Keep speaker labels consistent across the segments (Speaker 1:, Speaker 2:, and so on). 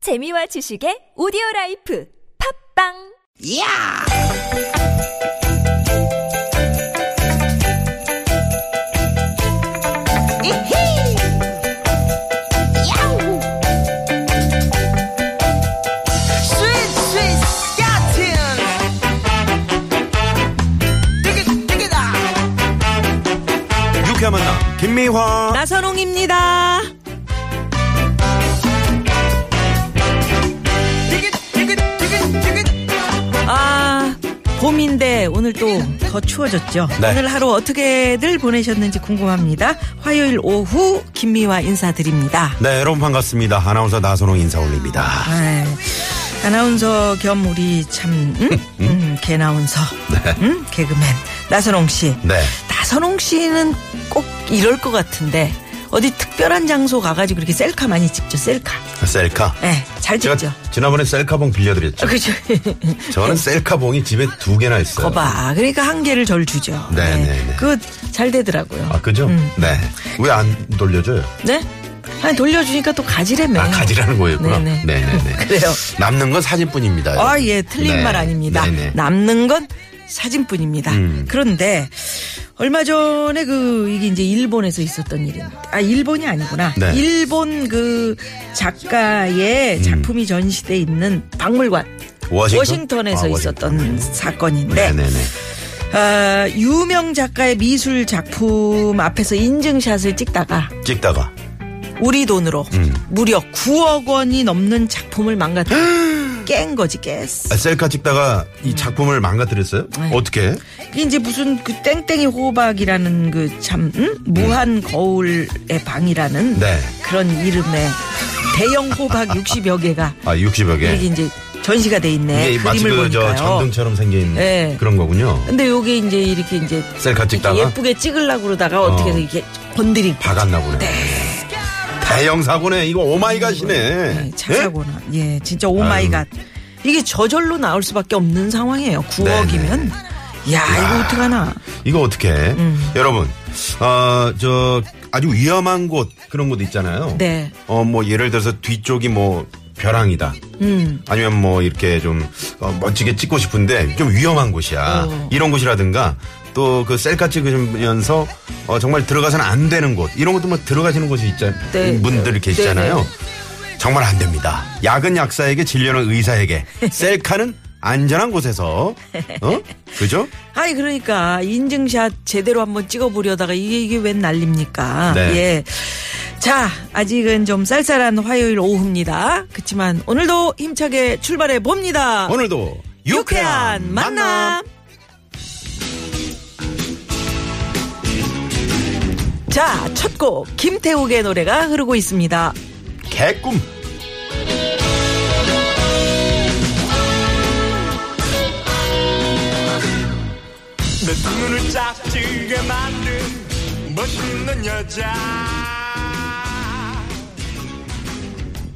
Speaker 1: 재미와 지식의 오디오 라이프 팝빵
Speaker 2: 이야! 이히! 야우! 스윗, 스윗, 야틴! 띠깃, 띠깃아!
Speaker 3: 유쾌한 만남 김미화
Speaker 4: 나선홍입니다.
Speaker 2: 띠깃, 띠깃, 띠깃, 띠깃!
Speaker 4: 아, 봄인데 오늘 또 더 추워졌죠.
Speaker 3: 네.
Speaker 4: 오늘 하루 어떻게들 보내셨는지 궁금합니다. 화요일 오후 김미화 인사드립니다.
Speaker 3: 네 여러분 반갑습니다 아나운서 나선홍 인사 올립니다
Speaker 4: 아, 아나운서 겸 우리 참 음? 음, 개나운서, 음? 개그맨 나선홍 씨.
Speaker 3: 네
Speaker 4: 나선홍 씨는 꼭 이럴 것 같은데 어디 특별한 장소 가가지고 그렇게 셀카 많이 찍죠. 셀카.
Speaker 3: 셀카
Speaker 4: 예, 잘
Speaker 3: 제가
Speaker 4: 찍죠. 아,
Speaker 3: 지난번에 셀카봉 빌려드렸죠
Speaker 4: 그죠. 그,
Speaker 3: 저는 셀카봉이 집에 두 개나 있어요
Speaker 4: 거봐. 그러니까 한 개를 절 주죠.
Speaker 3: 네, 네, 네.
Speaker 4: 그 잘 되더라고요.
Speaker 3: 아 그죠
Speaker 4: 음.
Speaker 3: 네왜 안 돌려줘요
Speaker 4: 네? 아니, 돌려주니까 또 가지래매.
Speaker 3: 아 가지라는 거였구나
Speaker 4: 네, 네.
Speaker 3: 네네네
Speaker 4: 그래요.
Speaker 3: 남는 건 사진뿐입니다
Speaker 4: 아,
Speaker 3: 여러분.
Speaker 4: 예, 틀린
Speaker 3: 네,
Speaker 4: 말 아닙니다.
Speaker 3: 네네.
Speaker 4: 남는 건 사진뿐입니다.
Speaker 3: 음.
Speaker 4: 그런데 얼마 전에 그 이게 이제 일본에서 있었던 일인데 아 일본이 아니구나.
Speaker 3: 네. 음.
Speaker 4: 일본 그 작가의 작품이 전시돼 있는 박물관
Speaker 3: 워싱턴?
Speaker 4: 워싱턴에서
Speaker 3: 아, 워싱턴.
Speaker 4: 있었던 사건인데
Speaker 3: 네네네
Speaker 4: 아, 유명 작가의 미술 작품 앞에서 인증샷을 찍다가
Speaker 3: 찍다가
Speaker 4: 우리 돈으로
Speaker 3: 음.
Speaker 4: 무려 9억 원이 넘는 작품을 망가뜨 깬 거지
Speaker 3: 아,
Speaker 4: 깼어.
Speaker 3: 셀카 찍다가 이 작품을 망가뜨렸어요
Speaker 4: 네.
Speaker 3: 어떻게
Speaker 4: 이게 이제 무슨 그 땡땡이 호박이라는 그 참 무한 거울의 방이라는
Speaker 3: 음. 네.
Speaker 4: 그런 이름의 대형 호박 60여 개가
Speaker 3: 아 60여 개
Speaker 4: 이게 이제 전시가 돼 있네.
Speaker 3: 이게 마치
Speaker 4: 그림을
Speaker 3: 그저
Speaker 4: 보니까요.
Speaker 3: 전등처럼 생긴
Speaker 4: 네.
Speaker 3: 그런 거군요
Speaker 4: 근데 요게 이제 이렇게 이제
Speaker 3: 셀카
Speaker 4: 이렇게
Speaker 3: 찍다가
Speaker 4: 예쁘게 찍으려고 그러다가 어떻게 해서
Speaker 3: 어.
Speaker 4: 이게 건드린 거죠.
Speaker 3: 박았나 보네. 대형 사고네. 이거 오마이갓이네.
Speaker 4: 네, 차사고나. 예, 진짜 오마이갓. 이게 저절로 나올 수밖에 없는 상황이에요. 9억이면. 야, 이거 어떡하나.
Speaker 3: 예? 이거 어떻게?
Speaker 4: 음.
Speaker 3: 여러분, 어, 저 아주 위험한 곳 그런 곳 있잖아요.
Speaker 4: 네.
Speaker 3: 어, 뭐 예를 들어서 뒤쪽이 뭐 벼랑이다.
Speaker 4: 음.
Speaker 3: 아니면 뭐 이렇게 좀 어, 멋지게 찍고 싶은데 좀 위험한 곳이야.
Speaker 4: 어.
Speaker 3: 이런 곳이라든가 또 그 셀카 찍으면서 어, 정말 들어가서는 안 되는 곳 이런 것도 뭐 들어가시는 곳이 있잖
Speaker 4: 네.
Speaker 3: 분들 계시잖아요. 정말 안 됩니다. 약은 약사에게 진료는 의사에게 셀카는 안전한 곳에서 어 그죠?
Speaker 4: 아니 그러니까 인증샷 제대로 한번 찍어보려다가 이게 이게 웬 난립니까?
Speaker 3: 네.
Speaker 4: 예. 자, 아직은 좀 쌀쌀한 화요일 오후입니다. 그렇지만 오늘도 힘차게 출발해 봅니다.
Speaker 3: 오늘도
Speaker 4: 유쾌한 만남. 자, 첫 곡 김태욱의 노래가 흐르고 있습니다.
Speaker 3: 개꿈
Speaker 5: 내 눈을 짝지게 만든 멋있는 여자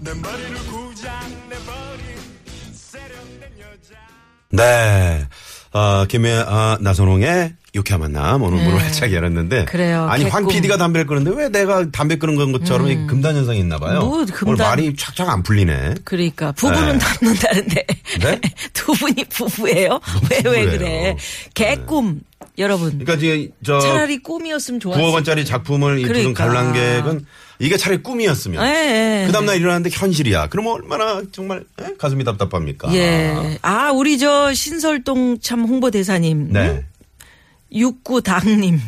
Speaker 5: 내 머리를 고장내버린 세련된 여자
Speaker 3: 네. 아, 김혜, 아, 나선홍의 유쾌한 만남. 오늘 문을 활짝 열었는데.
Speaker 4: 네. 그래요.
Speaker 3: 아니, 황
Speaker 4: 개꿈. 음.
Speaker 3: PD가 담배를 끊는데 왜 내가 담배 끊은 건 것처럼 이 금단현상이 있나 봐요.
Speaker 4: 뭐,
Speaker 3: 오늘
Speaker 4: 금단-
Speaker 3: 말이 착착 안 풀리네.
Speaker 4: 그러니까 부부는
Speaker 3: 네.
Speaker 4: 닮는다는데
Speaker 3: 네?
Speaker 4: 두 분이 부부예요? 왜 왜
Speaker 3: 부부예요. 네.
Speaker 4: 그래? 개꿈 여러분
Speaker 3: 그러니까 지금 저
Speaker 4: 차라리 꿈이었으면 좋았을
Speaker 3: 9억 원짜리 작품을 이두
Speaker 4: 그러니까.
Speaker 3: 관람객은 이게 차라리 꿈이었으면.
Speaker 4: 예, 예.
Speaker 3: 그 다음날 일어났는데 현실이야. 그러면 얼마나 정말 에? 가슴이 답답합니까?
Speaker 4: 예. 아, 우리 저 신설동 참 홍보대사님. 음?
Speaker 3: 네.
Speaker 4: 육구당님.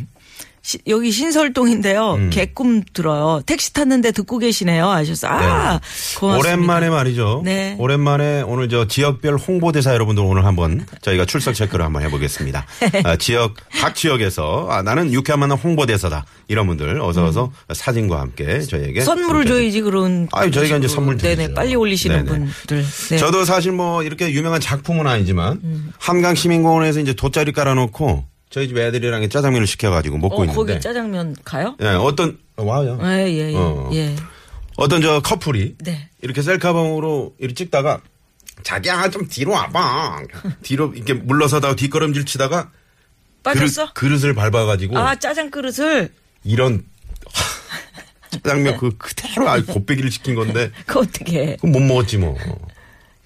Speaker 4: 시- 여기 신설동인데요.
Speaker 3: 음.
Speaker 4: 개꿈 들어요. 택시 탔는데 듣고 계시네요. 아셨어. 아, 고맙습니다.
Speaker 3: 오랜만에 말이죠.
Speaker 4: 네.
Speaker 3: 오랜만에 오늘 저 지역별 홍보대사 여러분들 오늘 한번 저희가 출석 체크를 한번 해보겠습니다. 아, 지역 각 지역에서 아, 나는 유쾌한 만남 홍보대사다 이런 분들 어서 어서 사진과 함께 저희에게
Speaker 4: 음. 선물을
Speaker 3: 문자
Speaker 4: 줘야지 그런.
Speaker 3: 아유, 저희가 이제
Speaker 4: 식으로.
Speaker 3: 선물 드리죠.
Speaker 4: 네네. 빨리 올리시는
Speaker 3: 네네.
Speaker 4: 분들. 네. 음.
Speaker 3: 저도 사실 뭐 이렇게 유명한 작품은 아니지만 한강 시민공원에서 이제 돗자리 깔아놓고 저희 집 애들이랑 짜장면을 시켜가지고 먹고
Speaker 4: 어,
Speaker 3: 있는데
Speaker 4: 거기 짜장면 가요?
Speaker 3: 예, 어떤 어, 와요.
Speaker 4: 예, 예, 예.
Speaker 3: 어.
Speaker 4: 예.
Speaker 3: 어떤 저 커플이
Speaker 4: 네.
Speaker 3: 이렇게 셀카봉으로 이렇게 찍다가 자기야 좀 뒤로 와봐 뒤로 이렇게 물러서다가 뒷걸음질 치다가
Speaker 4: 빠졌어?
Speaker 3: 그릇, 그릇을 밟아가지고
Speaker 4: 아, 짜장 그릇을.
Speaker 3: 이런 짜장면 그 그대로 아예 곱빼기를 시킨 건데
Speaker 4: 그거 어떻게 해.
Speaker 3: 그건 못 먹었지 뭐.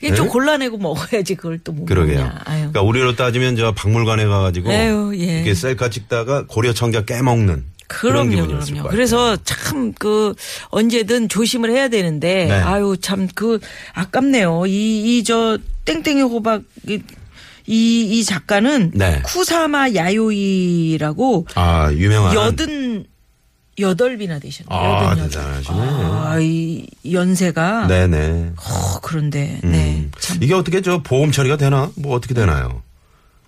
Speaker 4: 이게 좀 골라내고 먹어야지 그걸 또 못
Speaker 3: 네? 그러게요.
Speaker 4: 먹냐. 아유.
Speaker 3: 그러니까 우리로 따지면 저 박물관에 가가지고
Speaker 4: 에휴, 예.
Speaker 3: 이렇게 셀카 찍다가 고려 청자 깨먹는 그런
Speaker 4: 그럼요,
Speaker 3: 기분이었을
Speaker 4: 그럼요.
Speaker 3: 거예요.
Speaker 4: 그래서 참 그 언제든 조심을 해야 되는데
Speaker 3: 네.
Speaker 4: 아유 참 그 아깝네요. 이 이 저 땡땡이 호박 이이 이 작가는
Speaker 3: 네.
Speaker 4: 쿠사마 야요이라고
Speaker 3: 아 유명한
Speaker 4: 여든 여덟이나 되셨네요.
Speaker 3: 아
Speaker 4: 여든 여덟.
Speaker 3: 대단하시네.
Speaker 4: 아, 이 연세가
Speaker 3: 네네.
Speaker 4: 어, 그런데 네.
Speaker 3: 음. 이게 어떻게 저 보험 처리가 되나? 뭐 어떻게 되나요?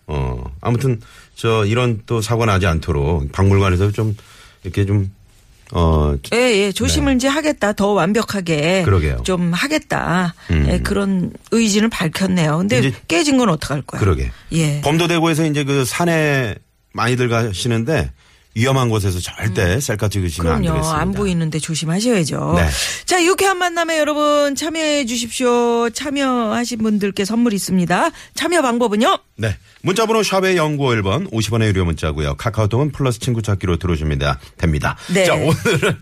Speaker 3: 어 아무튼 저 이런 또 사고 나지 않도록 박물관에서 좀 이렇게 좀어
Speaker 4: 예, 예, 조심을 이제 하겠다. 더 완벽하게
Speaker 3: 네. 그러게요. 음.
Speaker 4: 좀 하겠다. 예, 그런 의지는 밝혔네요. 근데
Speaker 3: 이제-
Speaker 4: 깨진 건 어떡할 거야?
Speaker 3: 그러게.
Speaker 4: 예.
Speaker 3: 범도대구에서 이제 그 산에 많이들 가시는데 위험한 곳에서 절대 셀카 찍으시면 안
Speaker 4: 음. 그럼요.
Speaker 3: 되겠습니다.
Speaker 4: 안 보이는데 조심하셔야죠.
Speaker 3: 네.
Speaker 4: 자, 유쾌한 만남에 여러분 참여해 주십시오. 참여하신 분들께 선물 있습니다. 참여 방법은요?
Speaker 3: 네. 문자번호 샵의 0951번 50원의 유료 문자고요. 카카오톡은 플러스 친구 찾기로 들어주면 됩니다.
Speaker 4: 네.
Speaker 3: 자, 오늘은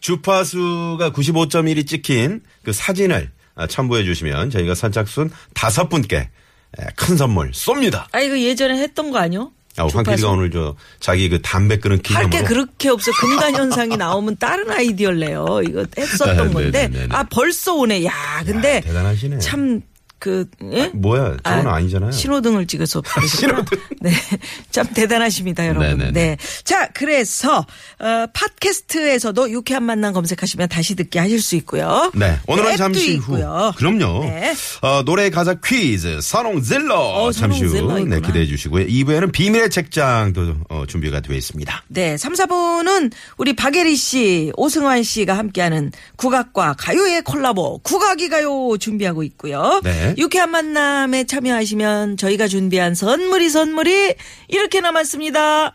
Speaker 3: 주파수가 95.1이 찍힌 그 사진을 아, 첨부해 주시면 저희가 선착순 다섯 분께 에, 큰 선물 쏩니다.
Speaker 4: 아, 이거 예전에 했던 거 아니요?
Speaker 3: 아, 황 PD가 오늘 저 자기 그 담배 끄는 기념으로
Speaker 4: 할 게 그렇게 없어. 금단 현상이 나오면 다른 아이디어를 내요. 이거
Speaker 3: 네, 네,
Speaker 4: 했었던 건데.
Speaker 3: 네, 네, 네.
Speaker 4: 아, 벌써 오네. 야, 근데
Speaker 3: 대단하시네.
Speaker 4: 참 그, 예?
Speaker 3: 뭐야? 저건 아, 니잖아요 아,
Speaker 4: 신호등을 찍어서 신호등. 네, 참 대단하십니다, 여러분.
Speaker 3: 네네네.
Speaker 4: 네, 자 그래서 어, 팟캐스트에서도 유쾌한 만남 검색하시면 다시 듣기 하실 수 있고요.
Speaker 3: 네. 오늘은
Speaker 4: 앱도
Speaker 3: 잠시
Speaker 4: 있고요.
Speaker 3: 후. 그럼요.
Speaker 4: 네.
Speaker 3: 어, 노래 가사 퀴즈, 선홍질러.
Speaker 4: 어,
Speaker 3: 잠시 후.
Speaker 4: 선홍질러이구나.
Speaker 3: 네, 기대해 주시고요. 2부에는 비밀의 책장도 어, 준비가 되어 있습니다.
Speaker 4: 네, 3, 4부는 우리 박예리 씨, 오승환 씨가 함께하는 국악과 가요의 콜라보, 국악이 가요 준비하고 있고요.
Speaker 3: 네.
Speaker 4: 유쾌한 만남에 참여하시면 저희가 준비한 선물이 선물이 이렇게 남았습니다.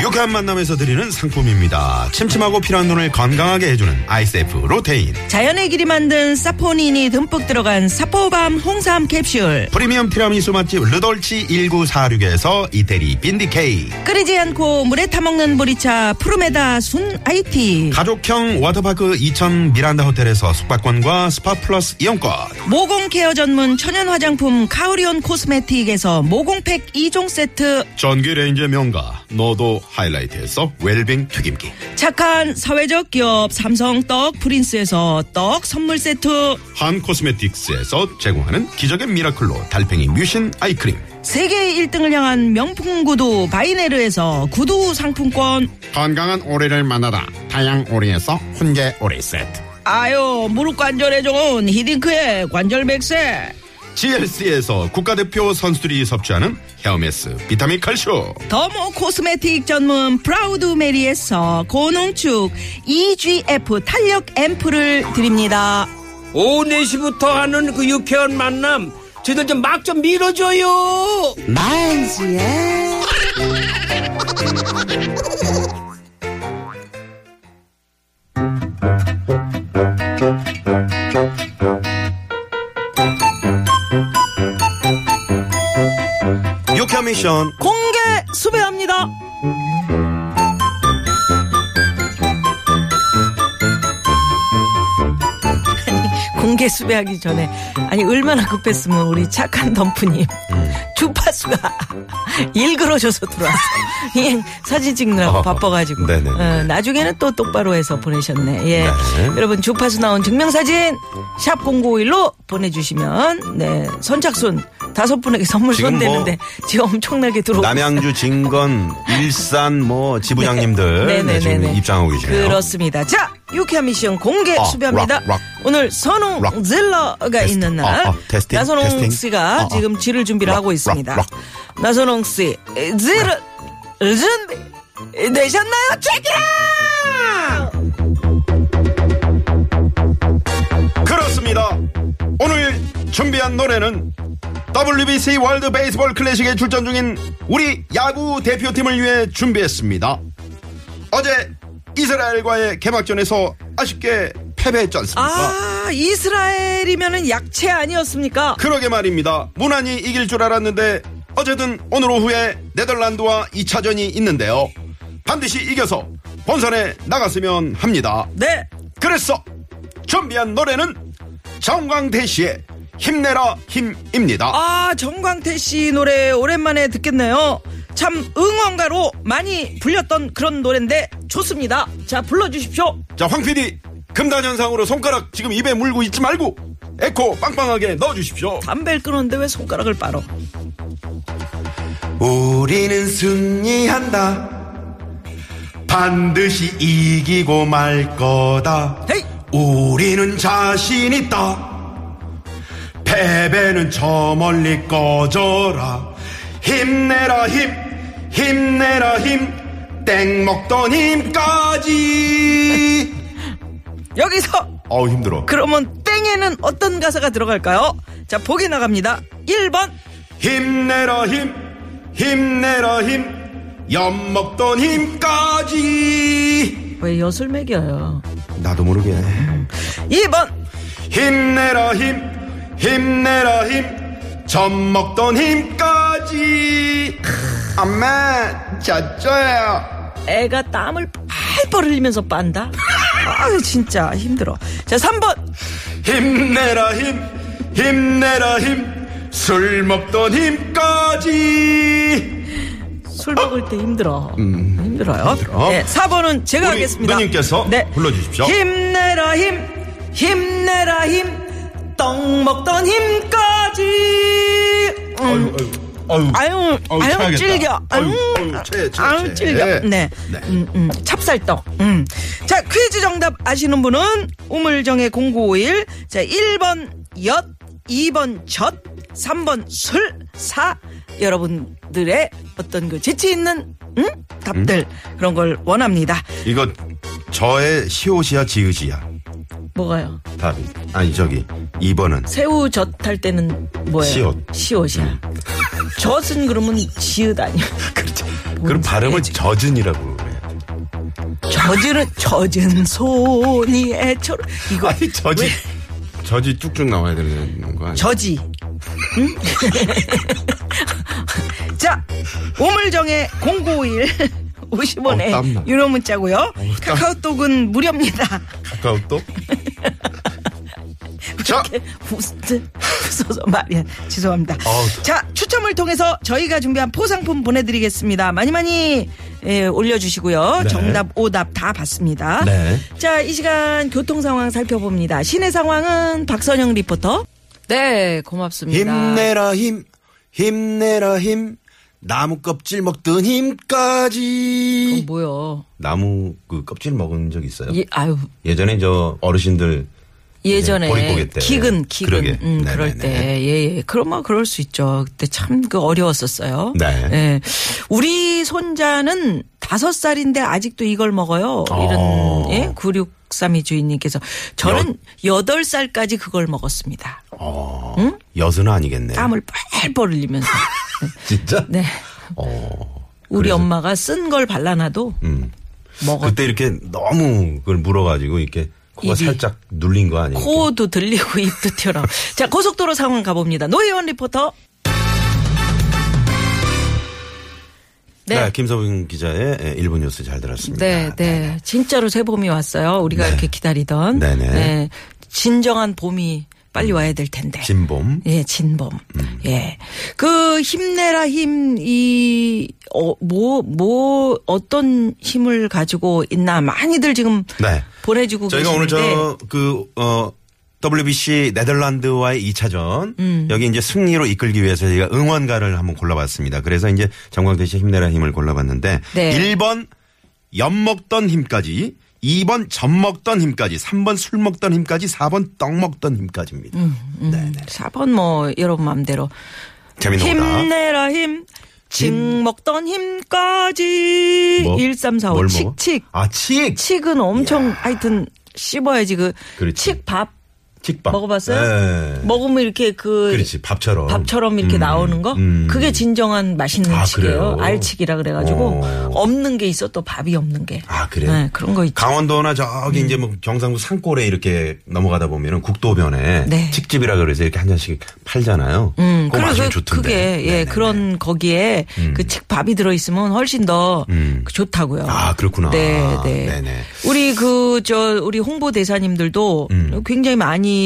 Speaker 3: 유쾌한 만남에서 드리는 상품입니다. 침침하고 피로한 눈을 건강하게 해주는 아이세프 로테인.
Speaker 4: 자연의 길이 만든 사포닌이 듬뿍 들어간 사포밤 홍삼 캡슐.
Speaker 3: 프리미엄 티라미수 맛집 르돌치 1946에서 이태리 빈디케이.
Speaker 4: 끓이지 않고 물에 타먹는 보리차 푸르메다 순 아이티.
Speaker 3: 가족형 워터파크 2000 미란다 호텔에서 숙박권과 스파 플러스 이용권.
Speaker 4: 모공 케어 전문 천연 화장품 카오리온 코스메틱에서 모공팩 2종 세트.
Speaker 3: 전기 레인지 명가 너도 하이라이트에서 웰빙 튀김기.
Speaker 4: 착한 사회적 기업 삼성 떡 프린스에서 떡 선물 세트.
Speaker 3: 한 코스메틱스에서 제공하는 기적의 미라클로 달팽이 뮤신 아이크림
Speaker 4: 세계 1등을 향한 명품 구두 바이네르에서 구두 상품권.
Speaker 6: 건강한 오리를 만나다 다양 오리에서 훈계 오리 세트
Speaker 4: 아유, 무릎 관절에 좋은 히딩크의 관절 백세.
Speaker 3: GLC에서 국가대표 선수들이 섭취하는 헤어메스 비타민 칼슘
Speaker 4: 더모 뭐 코스메틱 전문 프라우드 메리에서 고농축 EGF 탄력 앰플을 드립니다.
Speaker 7: 오후 4시부터 하는 그 유쾌한 만남 저희들 좀 막 좀 밀어줘요
Speaker 3: 유쾌 미션
Speaker 4: 공개 수배합니다. 아니, 공개 수배하기 전에 아니 얼마나 급했으면 우리 착한 덤프님 주파수가 일그러져서 들어왔어요. 예, 사진 찍느라고
Speaker 3: 어,
Speaker 4: 바빠가지고
Speaker 3: 네네네.
Speaker 4: 어, 나중에는 또 똑바로 해서 보내셨네. 예.
Speaker 3: 네.
Speaker 4: 여러분 주파수 나온 증명사진 샵 0951로 보내주시면 네 선착순 다섯 분에게 선물
Speaker 3: 지금 뭐
Speaker 4: 쏜대는데 지금 엄청나게 들어오고
Speaker 3: 남양주 진건 일산 뭐 지부장님들 네, 지금 입장하고 계시네요
Speaker 4: 그렇습니다. 자, 유쾌한 미션 공개
Speaker 3: 아,
Speaker 4: 수배합니다.
Speaker 3: 락, 락.
Speaker 4: 오늘 선홍
Speaker 3: 락.
Speaker 4: 질러가
Speaker 3: 테스트.
Speaker 4: 있는 날
Speaker 3: 아, 아, 테스팅,
Speaker 4: 나선홍
Speaker 3: 테스팅.
Speaker 4: 씨가
Speaker 3: 아, 아.
Speaker 4: 지금 지를 준비를
Speaker 3: 락,
Speaker 4: 하고 있습니다.
Speaker 3: 락, 네.
Speaker 4: 나선홍 씨, 지를 준비 되셨나요? 체키라!
Speaker 3: 그렇습니다. 오늘 준비한 노래는 WBC 월드 베이스볼 클래식에 출전 중인 우리 야구 대표팀을 위해 준비했습니다. 어제 이스라엘과의 개막전에서 아쉽게 패배했지 않습니까?
Speaker 4: 아, 이스라엘이면은 약체 아니었습니까?
Speaker 3: 그러게 말입니다. 무난히 이길 줄 알았는데 어쨌든 오늘 오후에 네덜란드와 2차전이 있는데요. 반드시 이겨서 본선에 나갔으면 합니다.
Speaker 4: 네.
Speaker 3: 그래서 준비한 노래는 정광태 씨의 힘내라 힘입니다.
Speaker 4: 아, 정광태 씨 노래 오랜만에 듣겠네요. 참 응원가로 많이 불렸던 그런 노래인데 좋습니다. 자, 불러주십시오.
Speaker 3: 자, 황 PD, 금단현상으로 손가락 지금 입에 물고 있지 말고 에코 빵빵하게 넣어주십시오.
Speaker 4: 담배를 끊었는데 왜 손가락을 빨어?
Speaker 3: 우리는 승리한다. 반드시 이기고 말 거다.
Speaker 4: 헤이!
Speaker 3: 우리는 자신 있다. 패배는 저 멀리 꺼져라. 힘내라 힘, 힘내라 힘. 땡 먹던 힘까지.
Speaker 4: 여기서
Speaker 3: 어우 힘들어.
Speaker 4: 그러면 땡에는 어떤 가사가 들어갈까요? 자, 보기 나갑니다. 1번.
Speaker 3: 힘내라 힘, 힘내라 힘. 엿 먹던 힘까지.
Speaker 4: 왜 엿을 먹여요?
Speaker 3: 나도 모르게
Speaker 4: 2번.
Speaker 3: 힘내라 힘 힘내라 힘젖 먹던 힘까지 아마 젖줘요
Speaker 4: 애가 땀을 팔팔 흘리면서 빤다? 아, 진짜 힘들어. 자, 3번.
Speaker 3: 힘내라 힘 힘내라 힘술 먹던 힘까지
Speaker 4: 술 먹을 때 힘들어. 힘들어요. 네, 4번은 제가
Speaker 3: 음. 우리
Speaker 4: 하겠습니다. 네.
Speaker 3: 누님께서 불러주십시오.
Speaker 4: 힘내라 힘, 힘내라 힘, 떡 먹던 힘까지. 음.
Speaker 3: 아유
Speaker 4: 아유,
Speaker 3: 아유,
Speaker 4: 아유,
Speaker 3: 체하겠다.
Speaker 4: 질겨. 아유,
Speaker 3: 아유, 아유, 체해, 체해,
Speaker 4: 아유,
Speaker 3: 체해.
Speaker 4: 질겨. 네.
Speaker 3: 그렇죠. 네.
Speaker 4: 음, 음, 찹쌀떡. 음. 자, 퀴즈 정답 아시는 분은 우물정의 0951. 자, 1번 엿, 2번 젖, 3번 술, 4. 여러분들의 어떤 그 재치 있는 음? 답들 그런 걸 원합니다.
Speaker 3: 이거 저의 시옷이야 지읒이야
Speaker 4: 뭐가요?
Speaker 3: 답이 아니 저기 2번은
Speaker 4: 새우 젖 할 때는 뭐예요?
Speaker 3: 시옷. 음.
Speaker 4: 시옷이야. 젖은 그러면 지읒 아니야.
Speaker 3: 그렇지 그렇죠. 그럼 발음을 젖은이라고 그래
Speaker 4: 젖은 젖은 손이 애처럼 이거
Speaker 3: 아니 젖이
Speaker 4: 왜-
Speaker 3: 젖이 쭉쭉 나와야 되는 거 아니야
Speaker 4: 저지. 자, 오물정의 051
Speaker 3: 어, 땀나.
Speaker 4: 50원에 유료 문자고요. 카카오톡은 무료입니다.
Speaker 3: 가까운 또? 자,
Speaker 4: 웃- 웃어서 말이야. 죄송합니다.
Speaker 3: 아우.
Speaker 4: 자, 추첨을 통해서 저희가 준비한 포상품 보내드리겠습니다. 많이 많이 예, 올려주시고요. 정답, 오답 다 받습니다.
Speaker 3: 네.
Speaker 4: 자, 이 시간 교통 상황 살펴봅니다. 시내 상황은 박선영 리포터. 네, 고맙습니다.
Speaker 3: 힘내라 힘, 힘내라 힘, 나무 껍질 먹던 힘까지.
Speaker 4: 어, 뭐요?
Speaker 3: 나무 그 껍질 먹은 적 있어요?
Speaker 4: 예, 아유
Speaker 3: 예전에 저 어르신들
Speaker 4: 예전에
Speaker 3: 네, 보리 고개 때.
Speaker 4: 기근 기근
Speaker 3: 그러게.
Speaker 4: 음,
Speaker 3: 네네네.
Speaker 4: 그럴 때예예 그럼 뭐 그럴 수 있죠 그때 참 그 어려웠었어요
Speaker 3: 네.
Speaker 4: 예. 우리 손자는 다섯 살인데 아직도 이걸 먹어요
Speaker 3: 어.
Speaker 4: 이런 예 9632 주인님께서 저는 여덟 살까지 그걸 먹었습니다
Speaker 3: 어, 여수는 아니겠네.
Speaker 4: 땀을 뻘뻘 흘리면서
Speaker 3: 진짜?
Speaker 4: 네
Speaker 3: 어.
Speaker 4: 우리
Speaker 3: 그래서-
Speaker 4: 엄마가 쓴 걸 발라놔도
Speaker 3: 음.
Speaker 4: 먹어
Speaker 3: 그때 이렇게 너무 그걸 물어가지고 이렇게 코가
Speaker 4: 입이.
Speaker 3: 살짝 눌린 거 아니에요?
Speaker 4: 코도 들리고 입도 튀어나와 자 고속도로 상황 가봅니다 노혜원 리포터
Speaker 3: 네. 김서빈 기자의 예, 일분 뉴스 잘 들었습니다.
Speaker 4: 네, 네. 진짜로 새 봄이 왔어요. 우리가
Speaker 3: 네.
Speaker 4: 이렇게 기다리던.
Speaker 3: 네네. 음.
Speaker 4: 네. 진정한 봄이 빨리 와야 될 텐데.
Speaker 3: 진봄. 음.
Speaker 4: 예, 진봄. 예. 그 힘내라 힘, 이, 어, 뭐, 뭐, 어떤 힘을 가지고 있나 많이들 지금
Speaker 3: 네.
Speaker 4: 보내주고
Speaker 3: 저희가 오늘
Speaker 4: 계시는데.
Speaker 3: 저 그 어. WBC 네덜란드와의 2차전
Speaker 4: 음.
Speaker 3: 여기 이제 승리로 이끌기 위해서 저희가 응원가를 한번 골라봤습니다. 그래서 이제 정광대 씨 힘내라 힘을 골라봤는데
Speaker 4: 네.
Speaker 3: 1번 엿 먹던 힘까지 2번 젖 먹던 힘까지 3번 술 먹던 힘까지 4번 떡 먹던 힘까지입니다.
Speaker 4: 음,
Speaker 3: 네네.
Speaker 4: 4번 뭐, 여러분 마음대로.
Speaker 3: 재밌는 거다.
Speaker 4: 힘내라 힘. 직
Speaker 3: 힘.
Speaker 4: 먹던 힘까지.
Speaker 3: 뭐?
Speaker 4: 1345.
Speaker 3: 뭘 먹어?
Speaker 4: 칙칙.
Speaker 3: 아, 칙.
Speaker 4: 칡은 엄청 하여튼 씹어야지 그
Speaker 3: 그렇지.
Speaker 4: 칡밥
Speaker 3: 킥밥.
Speaker 4: 먹어봤어요?
Speaker 3: 네.
Speaker 4: 먹으면 이렇게 그
Speaker 3: 그렇지 밥처럼.
Speaker 4: 밥처럼 이렇게
Speaker 3: 음,
Speaker 4: 나오는 거
Speaker 3: 음.
Speaker 4: 그게 진정한 맛있는
Speaker 3: 아,
Speaker 4: 찌개예요.
Speaker 3: 그래요?
Speaker 4: 알치기라 그래가지고
Speaker 3: 어.
Speaker 4: 없는 게 있어 또 밥이 없는 게.
Speaker 3: 아, 그래요?
Speaker 4: 네, 그런 거 있죠.
Speaker 3: 강원도나 저기 이제
Speaker 4: 음.
Speaker 3: 뭐 경상도 산골에 이렇게 넘어가다 보면은 국도변에
Speaker 4: 네.
Speaker 3: 칡집이라 그래서 이렇게 한 잔씩 팔잖아요.
Speaker 4: 음,
Speaker 3: 그거
Speaker 4: 그리고
Speaker 3: 마시면
Speaker 4: 그,
Speaker 3: 좋던데.
Speaker 4: 그게 예
Speaker 3: 네네네.
Speaker 4: 그런 거기에 그 칡 밥이 들어 있으면 훨씬 더
Speaker 3: 음.
Speaker 4: 그 좋다고요.
Speaker 3: 아, 그렇구나.
Speaker 4: 네, 네.
Speaker 3: 네네.
Speaker 4: 우리 그 저 우리 홍보 대사님들도
Speaker 3: 음.
Speaker 4: 굉장히 많이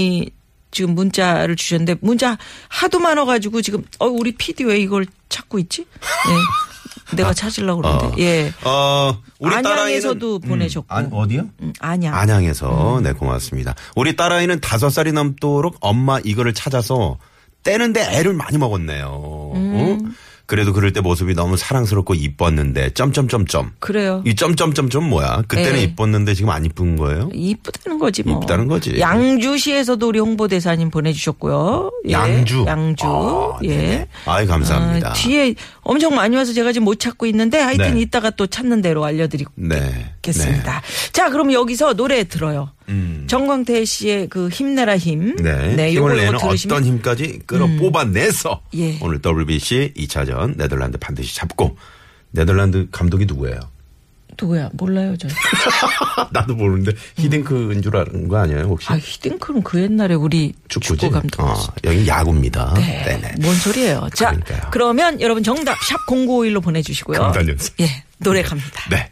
Speaker 4: 지금 문자를 주셨는데 문자 하도 많아가지고 지금 어 우리 PD 왜 이걸 찾고 있지? 예. 내가 찾으려고 그러는데
Speaker 3: 어.
Speaker 4: 예.
Speaker 3: 어, 우리
Speaker 4: 안양에서도
Speaker 3: 딸아이는- 음,
Speaker 4: 보내셨고.
Speaker 3: 안, 어디요?
Speaker 4: 음, 아니야.
Speaker 3: 안양에서 네 고맙습니다. 우리 딸아이는 다섯 살이 넘도록 엄마 이거를 찾아서 떼는데 애를 많이 먹었네요.
Speaker 4: 음.
Speaker 3: 어? 그래도 그럴 때 모습이 너무 사랑스럽고 이뻤는데 점점점점.
Speaker 4: 그래요.
Speaker 3: 이 점점점점 뭐야? 그때는
Speaker 4: 네.
Speaker 3: 이뻤는데 지금 안 이쁜 거예요?
Speaker 4: 이쁘다는 거지 뭐.
Speaker 3: 이쁘다는 거지.
Speaker 4: 양주시에서도 우리 홍보 대사님 보내주셨고요. 예.
Speaker 3: 양주.
Speaker 4: 양주.
Speaker 3: 아,
Speaker 4: 예.
Speaker 3: 네네. 아이 감사합니다.
Speaker 4: 아, 뒤에 엄청 많이 와서 제가 지금 못 찾고 있는데 하여튼
Speaker 3: 네.
Speaker 4: 이따가 또 찾는 대로
Speaker 3: 네. 음.
Speaker 4: 알려드리겠습니다. 자, 그럼 여기서 노래 들어요. 정광태 씨의 그 힘내라 힘.
Speaker 3: 네.
Speaker 4: 요거
Speaker 3: 힘을 내는
Speaker 4: 들으시면 음.
Speaker 3: 어떤 힘까지 끌어 뽑아내서
Speaker 4: 예.
Speaker 3: 오늘 WBC 2차전 네덜란드 반드시 잡고 네덜란드 감독이 누구예요?
Speaker 4: 누구야? 몰라요, 저.
Speaker 3: 나도 모르는데 히딩크인 줄 아는 거 아니에요 혹시?
Speaker 4: 음. 아, 히딩크는 그 옛날에 우리 축구
Speaker 3: 축구지?
Speaker 4: 감독.
Speaker 3: 어, 여기 야구입니다. 네. 네
Speaker 4: 뭔 소리예요? 자,
Speaker 3: 그러니까요.
Speaker 4: 그러면 여러분 정답 샵 0951로 보내 주시고요.
Speaker 3: 금단 연습.
Speaker 4: 예. 노래 갑니다.
Speaker 3: 네.